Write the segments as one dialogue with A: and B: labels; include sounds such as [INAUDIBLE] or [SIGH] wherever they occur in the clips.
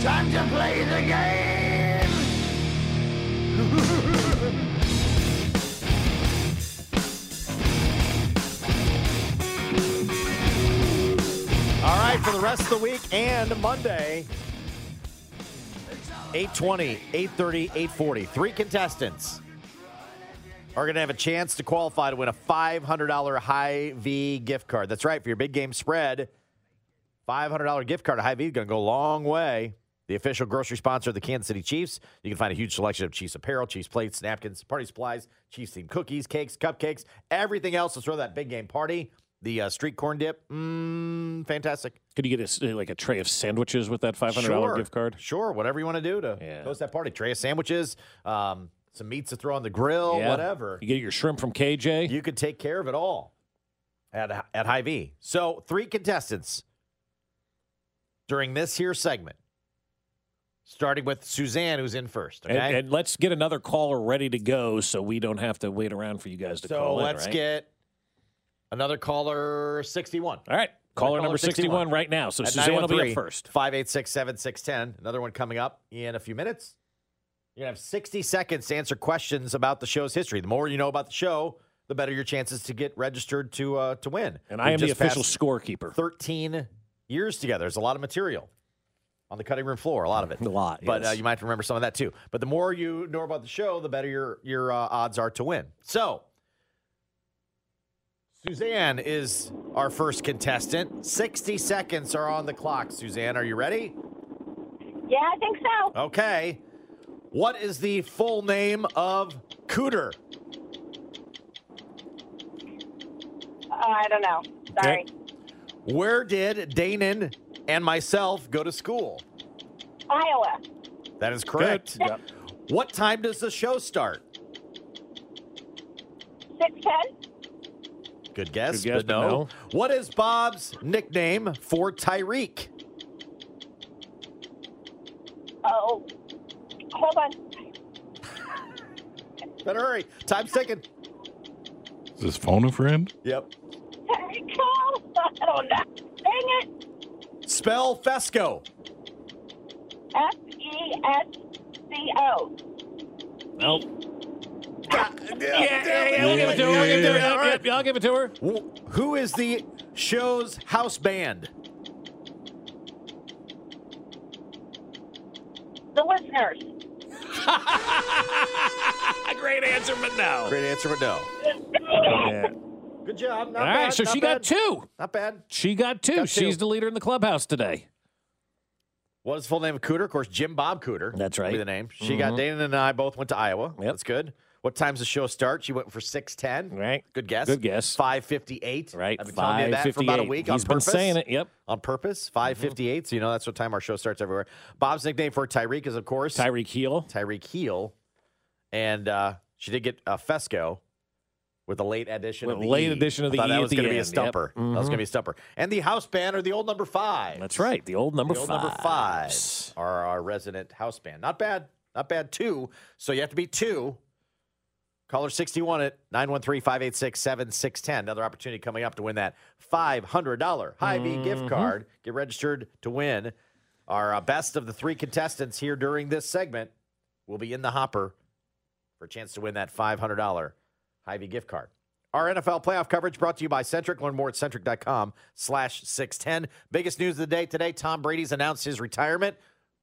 A: Time to play the game!
B: All right, for the rest of the week and Monday, 820, 830, 840. Three contestants are going to have a chance to qualify to win a $500 high V gift card. That's right, for your big game spread, $500 gift card to high V is going to go a long way. The official grocery sponsor of the Kansas City Chiefs. You can find a huge selection of Chiefs apparel, Chiefs plates, napkins, party supplies, Chiefs themed cookies, cakes, cupcakes, everything else to throw that big game party. The uh, street corn dip, mmm, fantastic.
C: Could you get a s like a tray of sandwiches with that five hundred dollar
B: Sure.
C: gift card?
B: Sure, whatever you want to do to
C: Yeah.
B: host that party. Tray of sandwiches, um, some meats to throw on the grill,
C: Yeah.
B: whatever.
C: [LAUGHS] You get your shrimp from KJ.
B: You could take care of it all at at High V. So three contestants during this here segment, starting with Suzanne, who's in first. Okay,
C: and, and let's get another caller ready to go, so we don't have to wait around for you guys to
B: so
C: call in.
B: let's
C: right?
B: get another caller sixty-one.
C: all right. Caller
B: caller
C: number
B: 61.
C: sixty-one right now. So Suzanne will
B: oh
C: be up first.
B: 586 7610. Another one coming up in a few minutes. You're going to have 60 seconds to answer questions about the show's history. The more you know about the show, the better your chances to get registered to uh, to win.
C: And I
B: We've
C: am the
B: just
C: official
B: passed
C: scorekeeper.
B: 13 years together. There's a lot of material on the cutting room floor, a lot of it.
C: [LAUGHS] A lot,
B: But uh,
C: yes.
B: you might have to remember some of that too. But the more you know about the show, the better your, your uh, odds are to win. So, Suzanne is our first contestant. 60 seconds are on the clock. Suzanne, are you ready?
D: Yeah, I think so.
B: Okay. What is the full name of Cooter?
D: Oh, I don't know. Sorry.
B: Where did Danon and myself go to school?
D: Iowa.
B: That is correct.
C: Good. Yep.
B: What time does the show start?
D: Six ten.
B: Good guess,
C: Good guess,
B: but,
C: but
B: no.
C: no.
B: What is Bob's nickname for Tyreek?
D: Oh. Hold on. [LAUGHS]
B: Better hurry. Time's ticking.
E: Is this phone a friend?
B: Yep.
D: Sorry, Cole. I don't know. Dang it.
B: Spell Fesco.
D: F E S C O.
C: Nope. Yeah, yeah, yeah, we'll give it to her. We'll give it to her. Yep, yep, I'll give it to her.
B: Wh- Who is the show's house band?
D: The listeners.
C: Great answer, but no.
B: Great answer, but no.
C: Yeah.
B: Good job. Not
C: All
B: bad.
C: right, so
B: not
C: she
B: bad.
C: got two.
B: Not bad.
C: She got two.
B: Got two.
C: She's the leader in the clubhouse today.
B: What is the full name of Cooter? Of course, Jim Bob Cooter.
C: That's
B: would
C: right. Mm-hmm.
B: Be the name. She got Dana and I both went to Iowa.
C: Yep.
B: That's good. What time's the show start? She went for six ten.
C: Right.
B: Good guess.
C: Good guess.
B: Five fifty eight.
C: Right.
B: I've been telling you that for about a
C: 5:58.
B: week
C: He's
B: on
C: been
B: purpose.
C: saying it. Yep.
B: on purpose.
C: Mm-hmm.
B: 558, so you know that's what time our show starts everywhere. Bob's nickname for Tyreek is, of course,
C: Tyreek Hill.
B: Tyreek Heel. And uh, she did get uh, Fesco with a late edition of
C: With
B: the
C: late
B: E.
C: edition
B: I
C: of the
B: thought
C: E
B: that
C: at
B: was
C: the
B: gonna be a
C: end, yep. Mm-hmm.
B: stumper. That was going to be a stumper. And the house band or the old number five.
C: That's right. The old number
B: the old
C: five.
B: number five are our resident house band. Not bad. Not bad. Two. So you have to be two. Caller 61 at 913 586 7610. Another opportunity coming up to win that $500 High V gift card. Get registered to win. Our uh, best of the three contestants here during this segment will be in the hopper for a chance to win that $500 High V gift card. Our NFL playoff coverage brought to you by Centric. Learn more at centric.com slash 610. Biggest news of the day today, Tom Brady's announced his retirement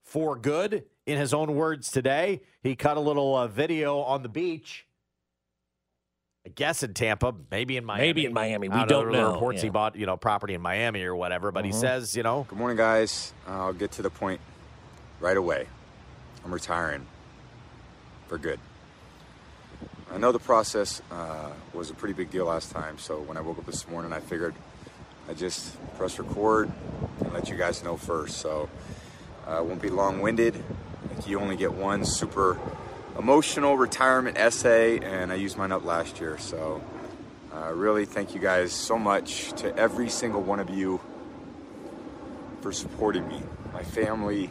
B: for good. In his own words today, he cut a little uh, video on the beach. I guess in Tampa, maybe in Miami.
C: Maybe in Miami. We
B: I
C: don't
B: There were
C: know.
B: Reports he
C: Yeah. Mm-hmm.
B: bought, you know, property in Miami or whatever. But he says, you know,
F: Good morning, guys. I'll get to the point right away. I'm retiring for good. I know the process uh, was a pretty big deal last time, so when I woke up this morning, I figured I just press record and let you guys know first. So uh, I won't be long winded. Like you only get one super emotional retirement essay, and I used mine up last year. So uh, really, thank you guys so much to every single one of you for supporting me, my family,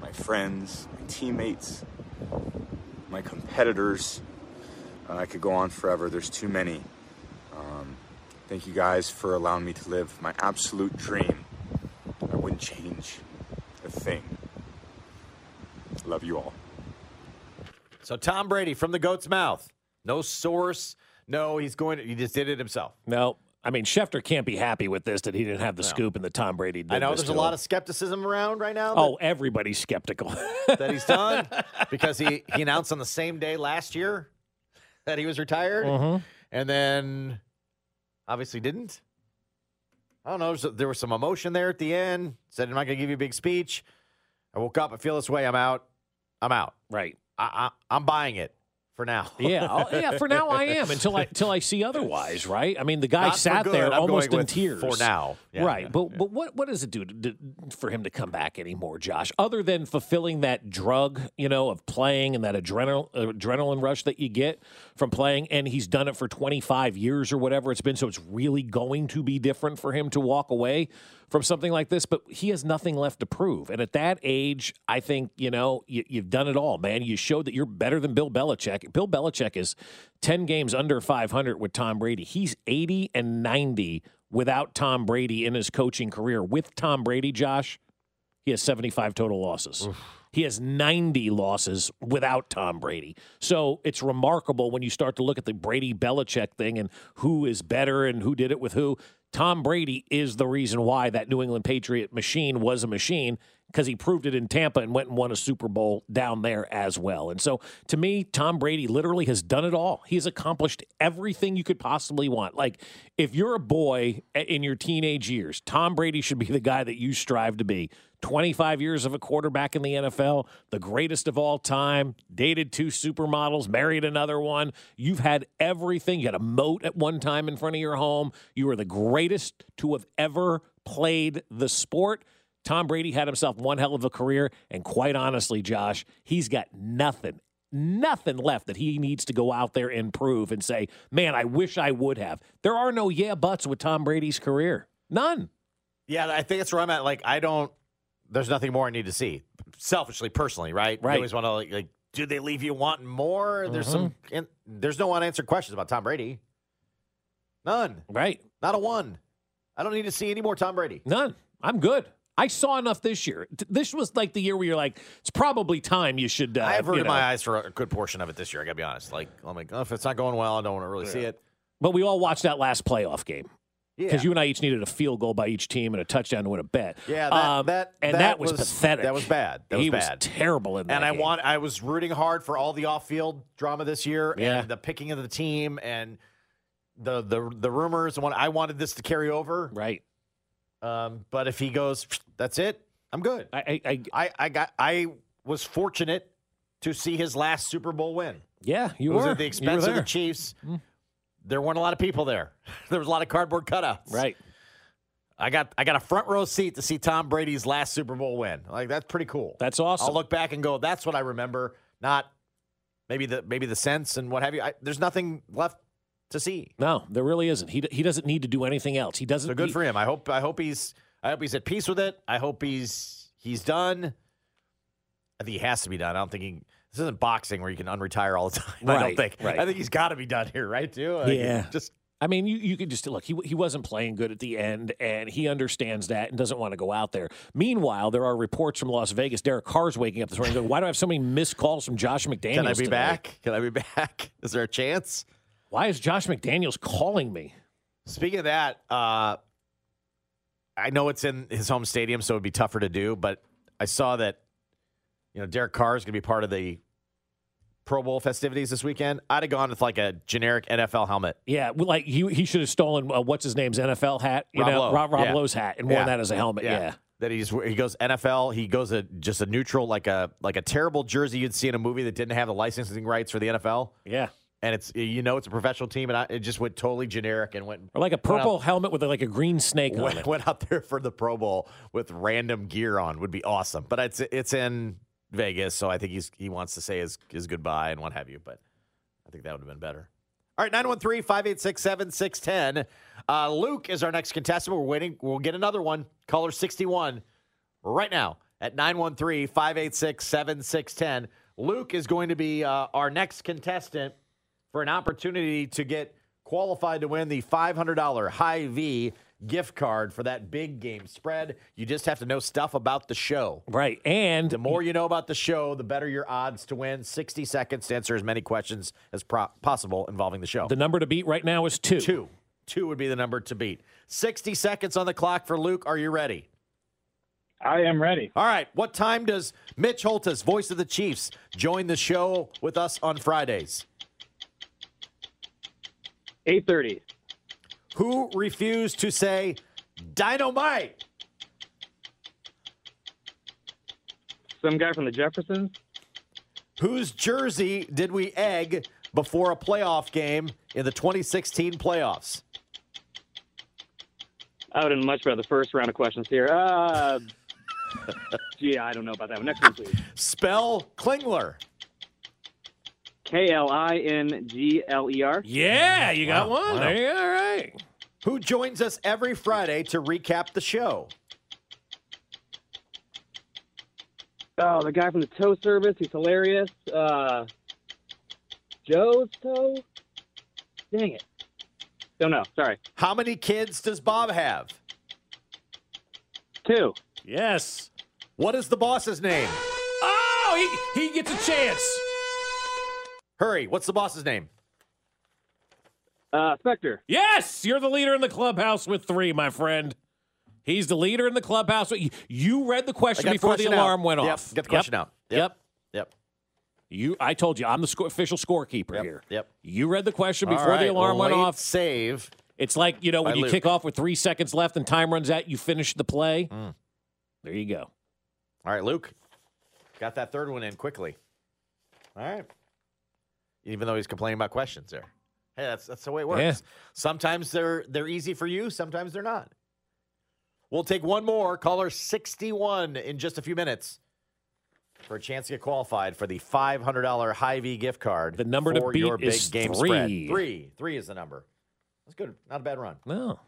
F: my friends, my teammates, my competitors. Uh, I could go on forever. There's too many. Um, thank you guys for allowing me to live my absolute dream. I wouldn't change a thing. Love you all.
B: so Tom Brady from the goat's mouth. No source. No, he's going to, he just did it himself.
C: No, I mean Schefter can't be happy with this that he didn't have the scoop and the Tom Brady. Did
B: I know
C: this
B: there's a
C: to
B: lot
C: him.
B: of skepticism around right now. that-
C: Oh,
B: [LAUGHS]
C: everybody's skeptical.
B: that he's
C: [LAUGHS]
B: done because he, he announced on the same day last year that he was retired
C: Uh-huh.
B: and then obviously didn't. I don't know. there's- There was some emotion there at the end. Said, I'm not going to give you a big speech. I woke up. I feel this way. I'm out. I'm out.
C: right.
B: I, I, I'm buying it for now. [LAUGHS]
C: Yeah. Oh, yeah. For now, I am until I until I see otherwise. Right. I mean, the guy
B: Not for
C: sat
B: good,
C: there
B: I'm
C: almost
B: going
C: in
B: with
C: tears
B: For now. Yeah.
C: right, but but what what does it do to, to- for him to come back anymore, Josh? Other than fulfilling that drug, you know, of playing and that adrenal adrenaline rush that you get from playing, and he's done it for twenty five years or whatever it's been, so it's really going to be different for him to walk away from something like this. But he has nothing left to prove, and at that age, I think you know you, you've done it all, man. You showed that you're better than Bill Belichick. Bill Belichick is ten games under five hundred with Tom Brady. He's eighty and ninety without Tom Brady in his coaching career. With Tom Brady, Josh, he has 75 total losses. He has 90 losses without Tom Brady. So it's remarkable when you start to look at the Brady Belichick thing and who is better and who did it with who. Tom Brady is the reason why that New England Patriot machine was a machine because he proved it in Tampa and went and won a Super Bowl down there as well. And so to me, Tom Brady literally has done it all. He's accomplished everything you could possibly want. Like if you're a boy a- in your teenage years, Tom Brady should be the guy that you strive to be. 25 years of a quarterback in the NFL, the greatest of all time, dated two supermodels, married another one. You've had everything. You had a moat at one time in front of your home. You were the greatest to have ever played the sport. Tom Brady had himself one hell of a career. And quite honestly, Josh, he's got nothing, nothing left that he needs to go out there and prove and say, man, I wish I would have. There are no yeah buts with Tom Brady's career. None.
B: Yeah, I think that's where I'm at. Like, I don't. There's nothing more I need to see. Selfishly, personally, right?
C: Right.
B: You always want to like, like, do they leave you wanting more? There's some.
C: Mm-hmm.
B: And there's no unanswered questions about Tom Brady. None.
C: Right.
B: Not a one. I don't need to see any more Tom Brady.
C: None. I'm good. I saw enough this year. T- This was like the year where you're like, it's probably time you should. Uh,
B: I have
C: you
B: averted
C: know.
B: my eyes for a good portion of it this year. I gotta be honest. Like, I'm like, oh, if it's not going well, I don't want to really see it.
C: But we all watched that last playoff game
B: Yeah.
C: because you and I each needed a field goal by each team and a touchdown to win a bet.
B: Yeah, that- that-
C: Um, and
B: that
C: that, was,
B: was-
C: pathetic.
B: that was bad. That was
C: he
B: bad.
C: was terrible in that.
B: And I
C: game.
B: want I was rooting hard for all the off-field drama this year
C: Yeah.
B: and the picking of the team and the the the rumors and what I wanted this to carry over.
C: right.
B: Um, but if he goes, that's it. I'm good.
C: I, I, I
B: I I got I was fortunate to see his last Super Bowl win.
C: yeah, you
B: it was
C: were
B: at the
C: You were
B: expense of the
C: there. Mm-hmm.
B: Chiefs. There weren't a lot of people there. [LAUGHS] There was a lot of cardboard cutouts.
C: Right.
B: I got I got a front row seat to see Tom Brady's last Super Bowl win. Like that's pretty cool.
C: That's awesome.
B: I'll look back and go, that's what I remember. Not maybe the maybe the sense and what have you. I, there's nothing left to see.
C: no, there really isn't. He d- he doesn't need to do anything else. He doesn't.
B: So good
C: he-
B: for him. I hope I hope he's I hope he's at peace with it. I hope he's he's done. I think he has to be done. I don't think he this isn't boxing where you can unretire all the [LAUGHS] time. I don't
C: Right,
B: think.
C: right.
B: I think he's got to be done here, right? Too. Like,
C: Yeah.
B: Just
C: I mean, you, you could just look, he, he wasn't playing good at the end, and he understands that and doesn't want to go out there. Meanwhile, there are reports from Las Vegas. Derek Carr's waking up this morning going, Why do I have so many missed calls from Josh McDaniels?
B: can I be [LAUGHS]
C: today?"
B: back? Can I be back? Is there a chance?
C: Why is Josh McDaniels calling me?
B: Speaking of that, uh, I know it's in his home stadium, so it'd be tougher to do. But I saw that you know Derek Carr is going to be part of the Pro Bowl festivities this weekend. I'd have gone with like a generic NFL helmet.
C: Yeah, well, like he he should have stolen uh, what's his name's NFL hat, you
B: Rob
C: know,
B: Lowe.
C: Rob, Rob
B: Yeah.
C: Lowe's hat, and worn
B: Yeah.
C: that as a helmet. Yeah.
B: That he just he goes NFL. He goes a just a neutral like a like a terrible jersey you'd see in a movie that didn't have the licensing rights for the NFL,
C: yeah,
B: and it's you know it's a professional team, and I, it just went totally generic and went
C: or like a
B: Went out-
C: purple helmet with like a green snake on
B: went,
C: it.
B: went out there for the Pro Bowl with random gear on would be awesome. But it's it's in Vegas, so I think he's he wants to say his his goodbye and what have you. But I think that would have been better. All right, 913-586-7610. Uh, Luke is our next contestant. We're waiting. We'll get another one. Caller 61 right now at 913-586-7610. Luke is going to be uh, our next contestant for an opportunity to get qualified to win the $500 High V gift card for that big game spread. You just have to know stuff about the show.
C: Right, and
B: The more you know about the show, the better your odds to win. 60 seconds to answer as many questions as pro- possible involving the show.
C: the number to beat right now is two.
B: Two. Two would be the number to beat. 60 seconds on the clock for Luke. Are you ready?
G: I am ready.
B: All right. What time does Mitch Holtis, voice of the Chiefs, join the show with us on Fridays?
G: 8:30.
B: Who refused to say dynamite?
G: Some guy from the Jeffersons.
B: Whose jersey did we egg before a playoff game in the 2016 playoffs?
G: I would have much rather first round of questions here. Uh, gee, I don't know about that one. Next one, please.
B: Spell Klingler.
G: K L I N G L E R.
C: Yeah, you got one.
B: wow.
C: There you go. All right.
B: Who joins us every Friday to recap the show?
G: Oh, the guy from the tow service. He's hilarious. Uh, Joe's toe. Dang it. Don't know. Sorry.
B: How many kids does Bob have?
G: Two.
C: Yes.
B: What is the boss's name?
C: Oh, he, he gets a chance.
B: Hurry, what's the boss's name?
G: Uh, Spectre.
C: Yes, you're the leader in the clubhouse with three, my friend. He's the leader in the clubhouse. You- You read the
B: I
C: question
B: got
C: before the
B: question out.
C: alarm went
B: Yep,
C: off.
B: Get the question
C: Yep.
B: out.
C: Yep.
B: Yep.
C: You, I told you, I'm the sco- official scorekeeper
B: Yep.
C: here.
B: Yep.
C: You read the question
B: All
C: before
B: right,
C: the alarm went
B: late
C: off.
B: Save.
C: It's like, you know, when
B: By
C: you
B: Luke.
C: kick off with three seconds left and time runs out, you finish the play.
B: Mm.
C: There you go.
B: All right, Luke. Got that third one in quickly. All right. Even though he's complaining about questions there. Hey, that's that's the way it works.
C: Yeah.
B: Sometimes they're they're easy for you, sometimes they're not. We'll take one more, caller 61 in just a few minutes for a chance to get qualified for the $500 Hy-Vee gift card.
C: The number to
B: for
C: beat
B: your big
C: is
B: game
C: three.
B: spread. 3. 3 is the number. That's good. Not a bad run.
C: No.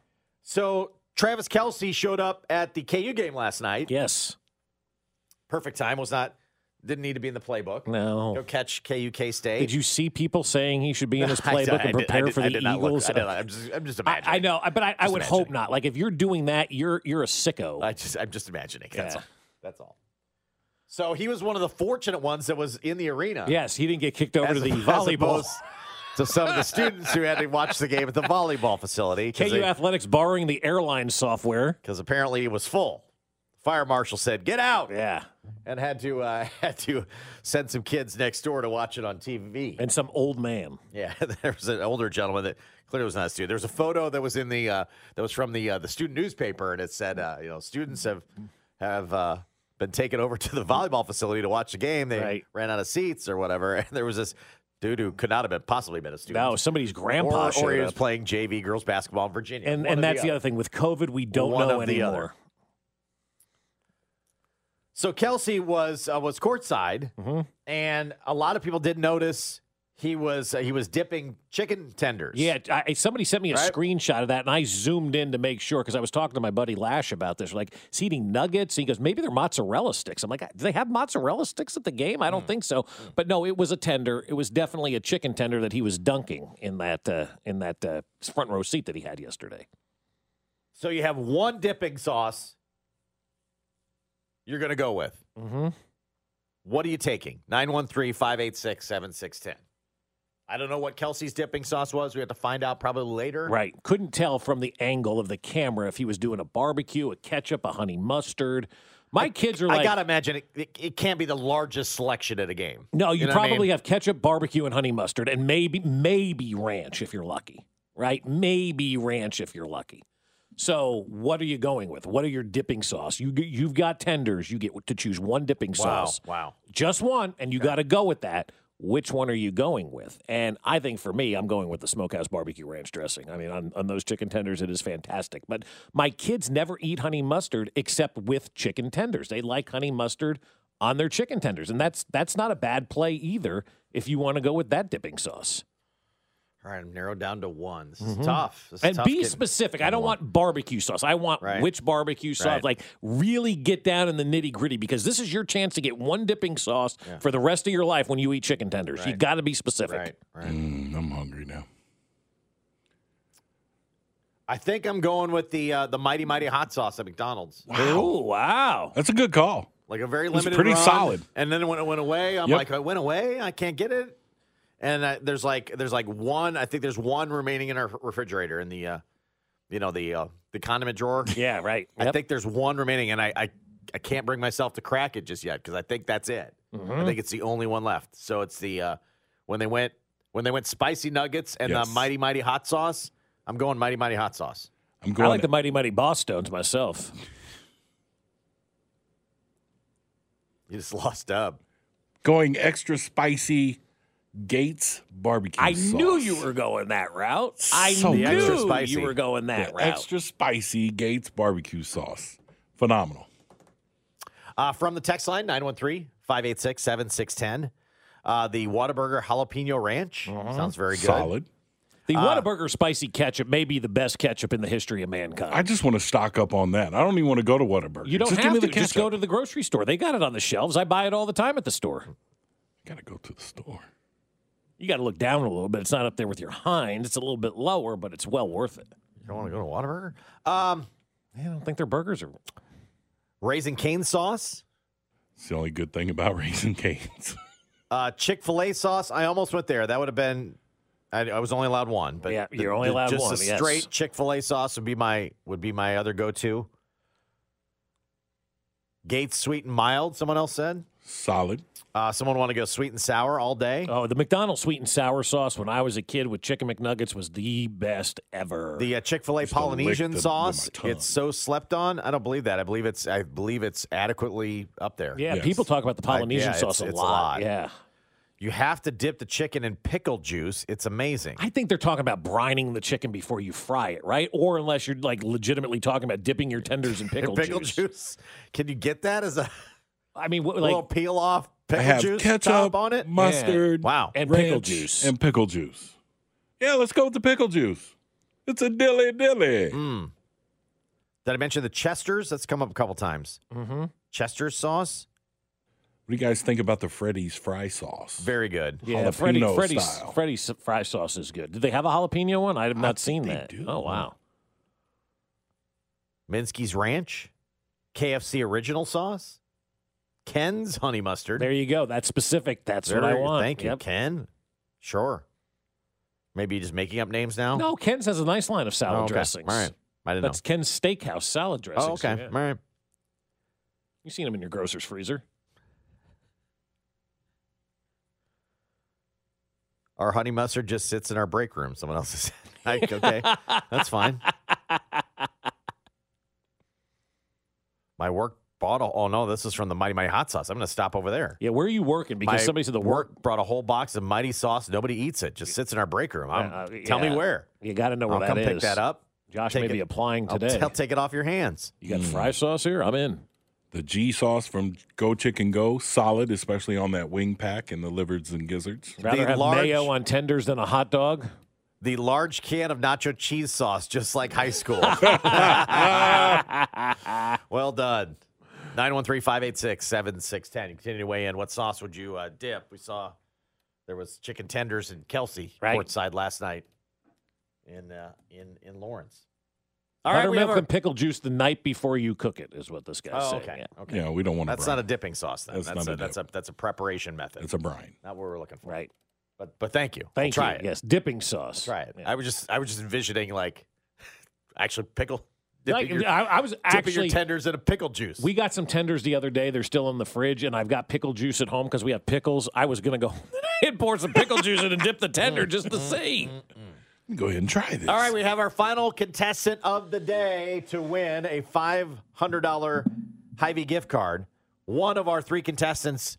B: So, Travis Kelsey showed up at the KU game last night.
C: Yes.
B: Perfect time was not didn't need to be in the playbook. Go
C: No.
B: catch KUK State.
C: Did you see people saying he should be in his
B: [LAUGHS] I did-
C: playbook
B: I
C: and
B: did- I
C: prepare
B: did-
C: for
B: I
C: the
B: did not look.
C: Eagles?
B: I did not- I'm just, I'm just
C: I,
B: imagining.
C: I know, uh, but I, I
B: Just
C: would hope
B: imagining.
C: not. Like if you're doing that, you're you're a sicko.
B: I just, I'm just imagining. That's
C: Yeah.
B: all. That's all. So he was one of the fortunate ones that was in the arena.
C: yes, he didn't get kicked over
B: as-
C: to the
B: [LAUGHS] as
C: volleyball.
B: opposed To some of the students who had to watch the game at the volleyball facility
C: KU
B: because
C: Athletics borrowing the airline software.
B: apparently it was full. Fire marshal said, "Get out!"
C: Yeah,
B: and had to uh, [LAUGHS] had to send some kids next door to watch it on TV.
C: and some old man.
B: Yeah, [LAUGHS] there was an older gentleman that clearly was not a student. There was a photo that was in the uh, that was from the uh, the student newspaper, and it said, uh, you know, students have have uh, been taken over to the volleyball facility to watch the game. They
C: Right.
B: ran out of seats or whatever, [LAUGHS] and there was this dude who could not have been possibly been a student.
C: No, somebody's grandpa
B: or, or
C: showed
B: he was
C: up.
B: playing JV girls basketball in Virginia.
C: and
B: One
C: and
B: or
C: that's the
B: other.
C: other thing with COVID, we don't
B: One
C: know
B: of the other.
C: anymore.
B: So Kelsey was uh, was courtside,
C: Mm-hmm.
B: and a lot of people did notice he was uh, he was dipping chicken tenders.
C: Yeah, I, I- somebody sent me a
B: Right?
C: screenshot of that, and I zoomed in to make sure because I was talking to my buddy Lash about this. Like, he's eating nuggets. He goes, maybe they're mozzarella sticks. I'm like, do they have mozzarella sticks at the game? I don't
B: Mm.
C: think so. But no, it was a tender. It was definitely a chicken tender that he was dunking in that uh, in that uh, front row seat that he had yesterday.
B: So you have one dipping sauce you're going to go with.
C: Mm-hmm.
B: What are you taking? 913 586 7610. I don't know what Kelsey's dipping sauce was. We have to find out probably later.
C: Right. Couldn't tell from the angle of the camera if he was doing a barbecue, a ketchup, a honey mustard. My kids are like,
B: I gotta imagine it, it, it can't be the largest selection at a game.
C: no, you,
B: know what I
C: probably
B: mean?
C: have ketchup, barbecue, and honey mustard, and maybe maybe ranch if you're lucky, right? Maybe ranch if you're lucky. So, what are you going with? What are your dipping sauce? You you've got tenders. You get to choose one dipping
B: wow,
C: sauce.
B: wow.
C: just one, and you got to go with that. Which one are you going with? And I think for me, I'm going with the smokehouse barbecue ranch dressing. I mean, on, on those chicken tenders, it is fantastic. But my kids never eat honey mustard except with chicken tenders. They like honey mustard on their chicken tenders, and that's that's not a bad play either. If you want to go with that dipping sauce,
B: All right, I'm narrowed down to one. This is
C: Mhm.
B: tough. This is
C: and
B: tough
C: be
B: getting-
C: specific. I don't want barbecue sauce. I want
B: Right.
C: which barbecue sauce.
B: Right.
C: Like really get down in the nitty gritty because this is your chance to get one dipping sauce for the rest of your life when you eat chicken tenders. You
B: Right.
C: got to be specific.
B: Right, right.
E: Mm, I'm hungry now.
B: I think I'm going with the uh, the mighty mighty hot sauce at McDonald's.
C: Ooh, wow.
E: That's a good call.
B: Like a very
E: It was
B: limited.
E: pretty
B: run,
E: solid.
B: And then when it went away, I'm
E: Yep.
B: like, it went away. I can't get it. And I, there's like there's like one. I think there's one remaining in our refrigerator in the, uh, you know the uh, the condiment
E: [LAUGHS]
B: drawer.
C: Yeah, right.
B: I think there's one remaining, and I, I I can't bring myself to crack it just yet because I think that's it.
E: Mm-hmm.
B: I think it's the only one left. So it's the uh, when they went when they went spicy nuggets and
E: Yes.
B: the mighty mighty hot sauce. I'm going mighty mighty hot sauce.
E: I'm
C: I
E: going.
C: like the mighty mighty boss stones myself.
B: You just [LAUGHS] lost dub.
E: going extra spicy Gates barbecue.
C: I knew
E: sauce.
C: you were going that route. I
E: So The
C: knew
E: extra
B: spicy.
C: you were going that
E: The
C: route.
E: extra spicy Gates barbecue sauce. Phenomenal.
B: Uh, from the text line 913-586-7610. Uh, the Whataburger Jalapeno Ranch
C: Uh-huh.
B: sounds very good.
E: Solid.
C: the
E: Ah.
C: Whataburger spicy ketchup may be the best ketchup in the history of mankind.
E: I just want to stock up on that. I don't even want to go to Whataburger.
C: you don't
E: just
C: have
E: give me
C: to
E: the
C: just go
E: ketchup.
C: to the grocery store. They got it on the shelves. I buy it all the time at the store.
E: Gotta go to the store.
C: You got to look down a little bit. It's not up there with your hind. It's a little bit lower, but it's well worth it.
B: You don't want to go to Whataburger? Um,
C: I don't think their
B: [LAUGHS]
C: burgers are.
B: Raisin Cane Sauce,
E: It's the only good thing about [LAUGHS] raisin canes.
B: uh, Chick-fil-A Sauce. I almost went there. That would have been... I, I was only allowed one, but
C: Yeah, you're only allowed
B: just
C: one,
B: a
C: yes.
B: straight Chick Fil A sauce would be my would be my other go to. Gates sweet and mild. Someone else said.
E: Solid.
B: Uh, someone want to go sweet and sour all day.
C: Oh, the McDonald's sweet and sour sauce when I was a kid with chicken McNuggets was the best ever.
B: The uh, Chick Fil A
E: Used to lick
B: Polynesian
E: the- the-
B: sauce.
E: my tongue.
B: It's so slept on. I don't believe that. I believe it's. I believe it's adequately up there.
C: yeah,
E: Yes.
C: people talk about the
B: Like,
C: Polynesian
B: yeah,
C: sauce
B: it's-
C: a,
B: it's a
C: lot.
B: lot.
C: Yeah,
B: You have to dip the chicken in pickle juice. It's amazing.
C: I think they're talking about brining the chicken before you fry it, right? Or unless you're like legitimately talking about dipping your
B: [LAUGHS]
C: tenders in pickle,
B: And pickle juice. [LAUGHS]
C: juice.
B: Can you get that as
C: [LAUGHS]
B: a
C: I mean, what,
B: little
C: like
B: peel off
E: I
B: pickle
E: have
B: juice
E: ketchup
B: top on it?
E: mustard,
B: Wow.
C: and pickle
E: ranch,
C: juice.
E: and pickle juice. Yeah, let's go with the pickle juice. It's a dilly dilly.
B: Mm. Did I mention the Chester's? That's come up a couple times.
C: mm-hmm.
B: Chester's sauce,
E: What do you guys think about the Freddy's fry sauce?
B: very good.
C: Yeah, Freddy,
E: Jalapeno
C: Freddy's,
E: style.
C: Freddy's fry sauce is good. Did they have a jalapeno one? I have
E: I
C: not
E: think
C: seen
E: they
C: that.
E: do.
C: Oh wow.
B: Minsky's Ranch, KFC original sauce, Ken's honey mustard.
C: There you go. That's specific. That's what I
B: Very-
C: want.
B: Thank you,
C: Yep.
B: Ken. Sure. Maybe you're just making up names now.
C: No, Ken's has a nice line of
B: Oh,
C: salad
B: okay.
C: dressings.
B: All right, I didn't
C: That's Ken's Steakhouse salad
B: know.
C: dressings.
B: Oh, okay.
C: Yeah.
B: All right.
C: You've seen them in your grocer's freezer.
B: Our honey mustard just sits in our break room. Someone else is [LAUGHS] like, okay, that's
C: [LAUGHS]
B: fine. My work bought a. Oh no, this is from the Mighty Mighty Hot Sauce. I'm going to stop over there.
C: Yeah, where are you working? Because
B: My
C: somebody said the work.
B: work brought a whole box of mighty sauce. Nobody eats it. Just sits in our break room. I'm,
C: Uh, uh,
B: tell
C: yeah.
B: me where.
C: You got to know
B: I'll
C: where that
B: come
C: is.
B: pick that up.
C: Josh
B: Take
C: may be
B: it.
C: applying
B: I'll, Hmm.
C: today.
B: t- I'll take it off your hands.
C: you got
E: Mm.
C: fry sauce here? I'm in.
E: The G sauce from Go Chicken Go, solid, especially on that wing pack and the livers and gizzards.
C: Rather have
B: large-
C: mayo on tenders than a hot dog.
B: The large can of nacho cheese sauce, just like high [LAUGHS] school. well done. 913 586 7610. You continue to weigh in. What sauce would you uh, dip? We saw there was chicken tenders in Kelsey,
C: Right.
B: courtside last night in, uh, in, in Lawrence. All right,
C: Buttermilk
B: we have our-
C: and pickle juice the night before you cook it is what this guy's
B: Oh,
C: saying.
B: okay.
C: Yeah.
B: Okay.
E: Yeah, we don't want to.
B: That's not a dipping sauce. Then.
E: That's
B: That's,
E: not
B: a,
E: a
B: that's a that's a preparation method.
E: It's a brine.
B: not what we're looking for.
C: Right.
B: But but thank you.
C: Thank
B: I'll try
C: you.
B: it.
C: Yes, dipping sauce.
B: Try it. I was just I was just envisioning like [LAUGHS] actually pickle.
C: Like,
B: dipping your-
C: I, I was
B: dipping
C: actually
B: your tenders in a pickle juice.
C: We got some tenders the other day. They're still in the fridge, and I've got pickle juice at home because we have pickles. I was gonna go [LAUGHS] and pour some pickle juice in and dip the tender just
B: Mm-hmm.
C: to see.
E: Go ahead and try this.
B: All right, we have our final contestant of the day to win a $500 Hy-Vee gift card. One of our three contestants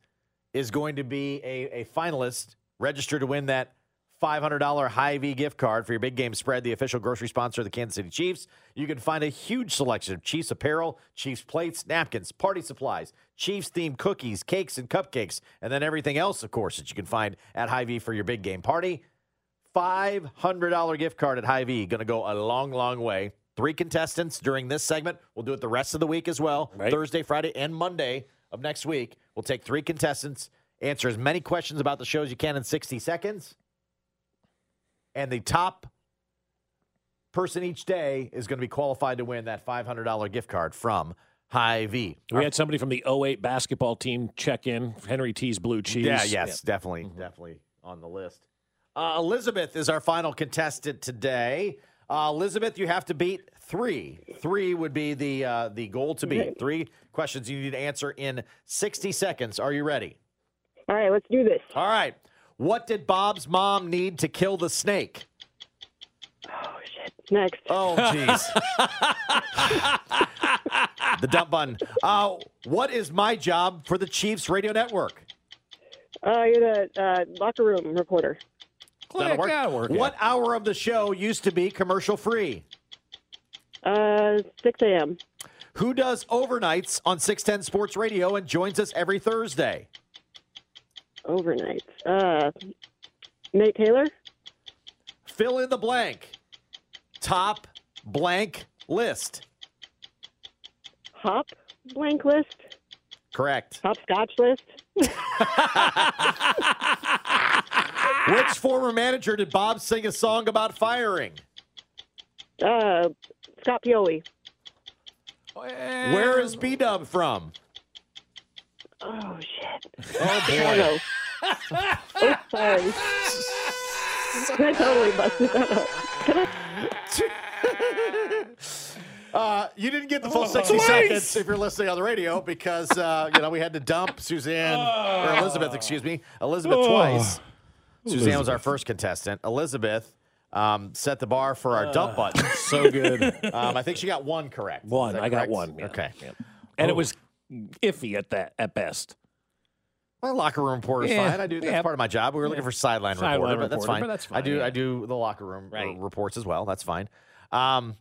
B: is going to be a, a finalist registered to win that $500 Hy-Vee gift card for your big game spread, the official grocery sponsor of the Kansas City Chiefs. You can find a huge selection of Chiefs apparel, Chiefs plates, napkins, party supplies, Chiefs themed cookies, cakes, and cupcakes, and then everything else, of course, that you can find at Hy-Vee for your big game party. $500 gift card at Hy-Vee. Going to go a long, long way. Three contestants during this segment. We'll do it the rest of the week as well. Thursday, Friday, and Monday of next week. We'll take three contestants, answer as many questions about the show as you can in 60 seconds. And the top person each day is going to be qualified to win that $500 gift card from Hy-Vee.
C: We had somebody from the 08 basketball team check in. Henry T's blue cheese.
B: Yeah, Mm-hmm. yes, definitely, definitely on the list. Uh, Elizabeth is our final contestant today. Uh, Elizabeth, you have to beat three. Three would be the uh, the goal to beat. Three questions you need to answer in sixty seconds. Are you ready?
H: All right, let's do this.
B: All right. What did Bob's mom need to kill the snake?
H: Next.
B: [LAUGHS] Oh, jeez. the dump button. Uh, what is my job for the Chiefs radio network?
H: Uh, you're the uh, locker room reporter.
B: That'll work. What hour of the show used to be commercial free?
H: Uh, 6 a.m.
B: Who does overnights on 610 Sports Radio and joins us every Thursday?
H: Overnight. Uh, Nate Taylor.
B: Fill in the blank. Top blank list.
H: Hop blank list.
B: Correct.
H: Hop scotch list.
B: Which former manager did Bob sing a song about firing?
H: Uh, Scott Pioli.
B: Where is B Dub from?
H: Oh shit. [LAUGHS]
B: Oh, boy.
H: Chicago. oh, sorry. [LAUGHS] I totally busted that up.
B: Uh, you didn't get the full 60
E: Twice!
B: seconds if you're listening on the radio because, uh, you know, we had to dump Suzanne, or
C: Ah.
B: Elizabeth, excuse me, Elizabeth
E: Oh.
B: twice. Suzanne was our
E: Elizabeth.
B: first contestant. Elizabeth um, set the bar for our dump button.
C: Ah. So good.
B: Um, I think she got one correct. Is
C: One.
B: that
C: I got
B: correct?
C: one. yeah.
B: Okay.
C: Yeah. And it was iffy at that at best.
B: My locker room reporter is
C: Yeah,
B: fine. I do that's
C: yeah.
B: part of my job. We were looking for sideline,
C: Sideline
B: reporter, but that's
C: reporter,
B: fine.
C: but that's
B: I
C: fine,
B: do
C: yeah.
B: I do the locker room r-
C: Right.
B: reports as well. That's fine. Um,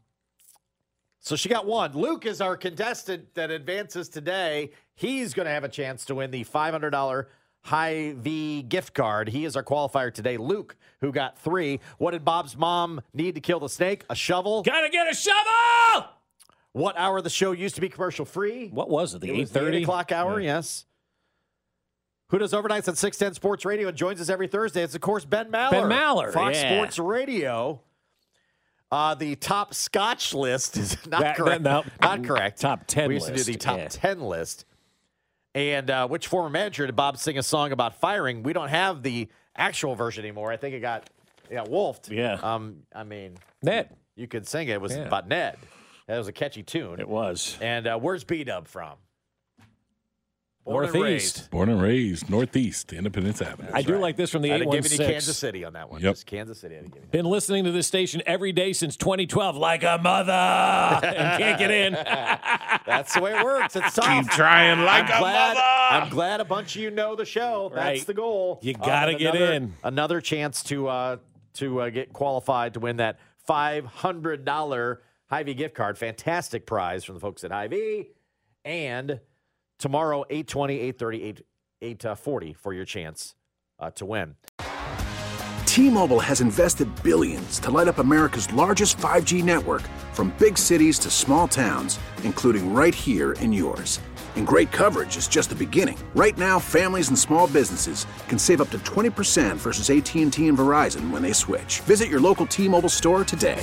B: so she got one. Luke is our contestant that advances today. He's going to have a chance to win the five hundred dollar high V gift card. He is our qualifier today. Luke, who got three. What did Bob's mom need to kill the snake? A shovel.
C: Gotta get a shovel.
B: What hour of the show used to be commercial free?
C: What was it? The
B: It
C: eight
B: was the
C: thirty
B: o'clock hour. Yes. Who does overnights on six ten Sports Radio and joins us every Thursday? It's of course Ben Maller.
C: Ben Maller,
B: Fox
C: yeah.
B: Sports Radio. Uh, the top Scotch list is [LAUGHS] not
C: That- that-
B: correct.
C: no.
B: Not correct.
C: Top 10
B: We used to
C: list,
B: do the top
C: yeah.
B: ten list. And uh, which former manager did Bob sing a song about firing? We don't have the actual version anymore. I think it got it got wolfed.
C: Yeah.
B: Um. I mean,
C: Ned.
B: you could sing it. It was
C: Yeah.
B: about Ned. That was a catchy tune.
C: It was
B: And uh, where's B Dub from? Born and raised.
C: northeast.
E: Born and raised Northeast, Independence Avenue.
C: I do like this from the
B: I
C: eight
B: didn't
C: one
B: give any Kansas
C: six.
B: City on that one.
E: Yep.
B: Just Kansas City. I didn't give any.
C: Been listening to this station every day since 2012, like a mother, and can't get in.
B: That's the way it works.
C: [LAUGHS]
B: It's tough.
E: Keep trying like
B: I'm
E: a
B: glad,
E: mother.
B: I'm glad a bunch of you know the show. That's
C: Right.
B: the goal.
C: You gotta
B: and
C: get
B: another-
C: in.
B: Another chance to uh, to uh, get qualified to win that five hundred dollar Hy-Vee gift card. Fantastic prize from the folks at Hy-Vee. And tomorrow, 820, 830, 8, 840 uh, for your chance uh, to win.
I: T-Mobile has invested billions to light up America's largest 5G network from big cities to small towns, including right here in yours. And great coverage is just the beginning. Right now, families and small businesses can save up to 20% versus AT&T and Verizon when they switch. Visit your local T-Mobile store today.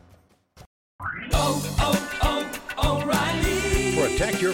I: your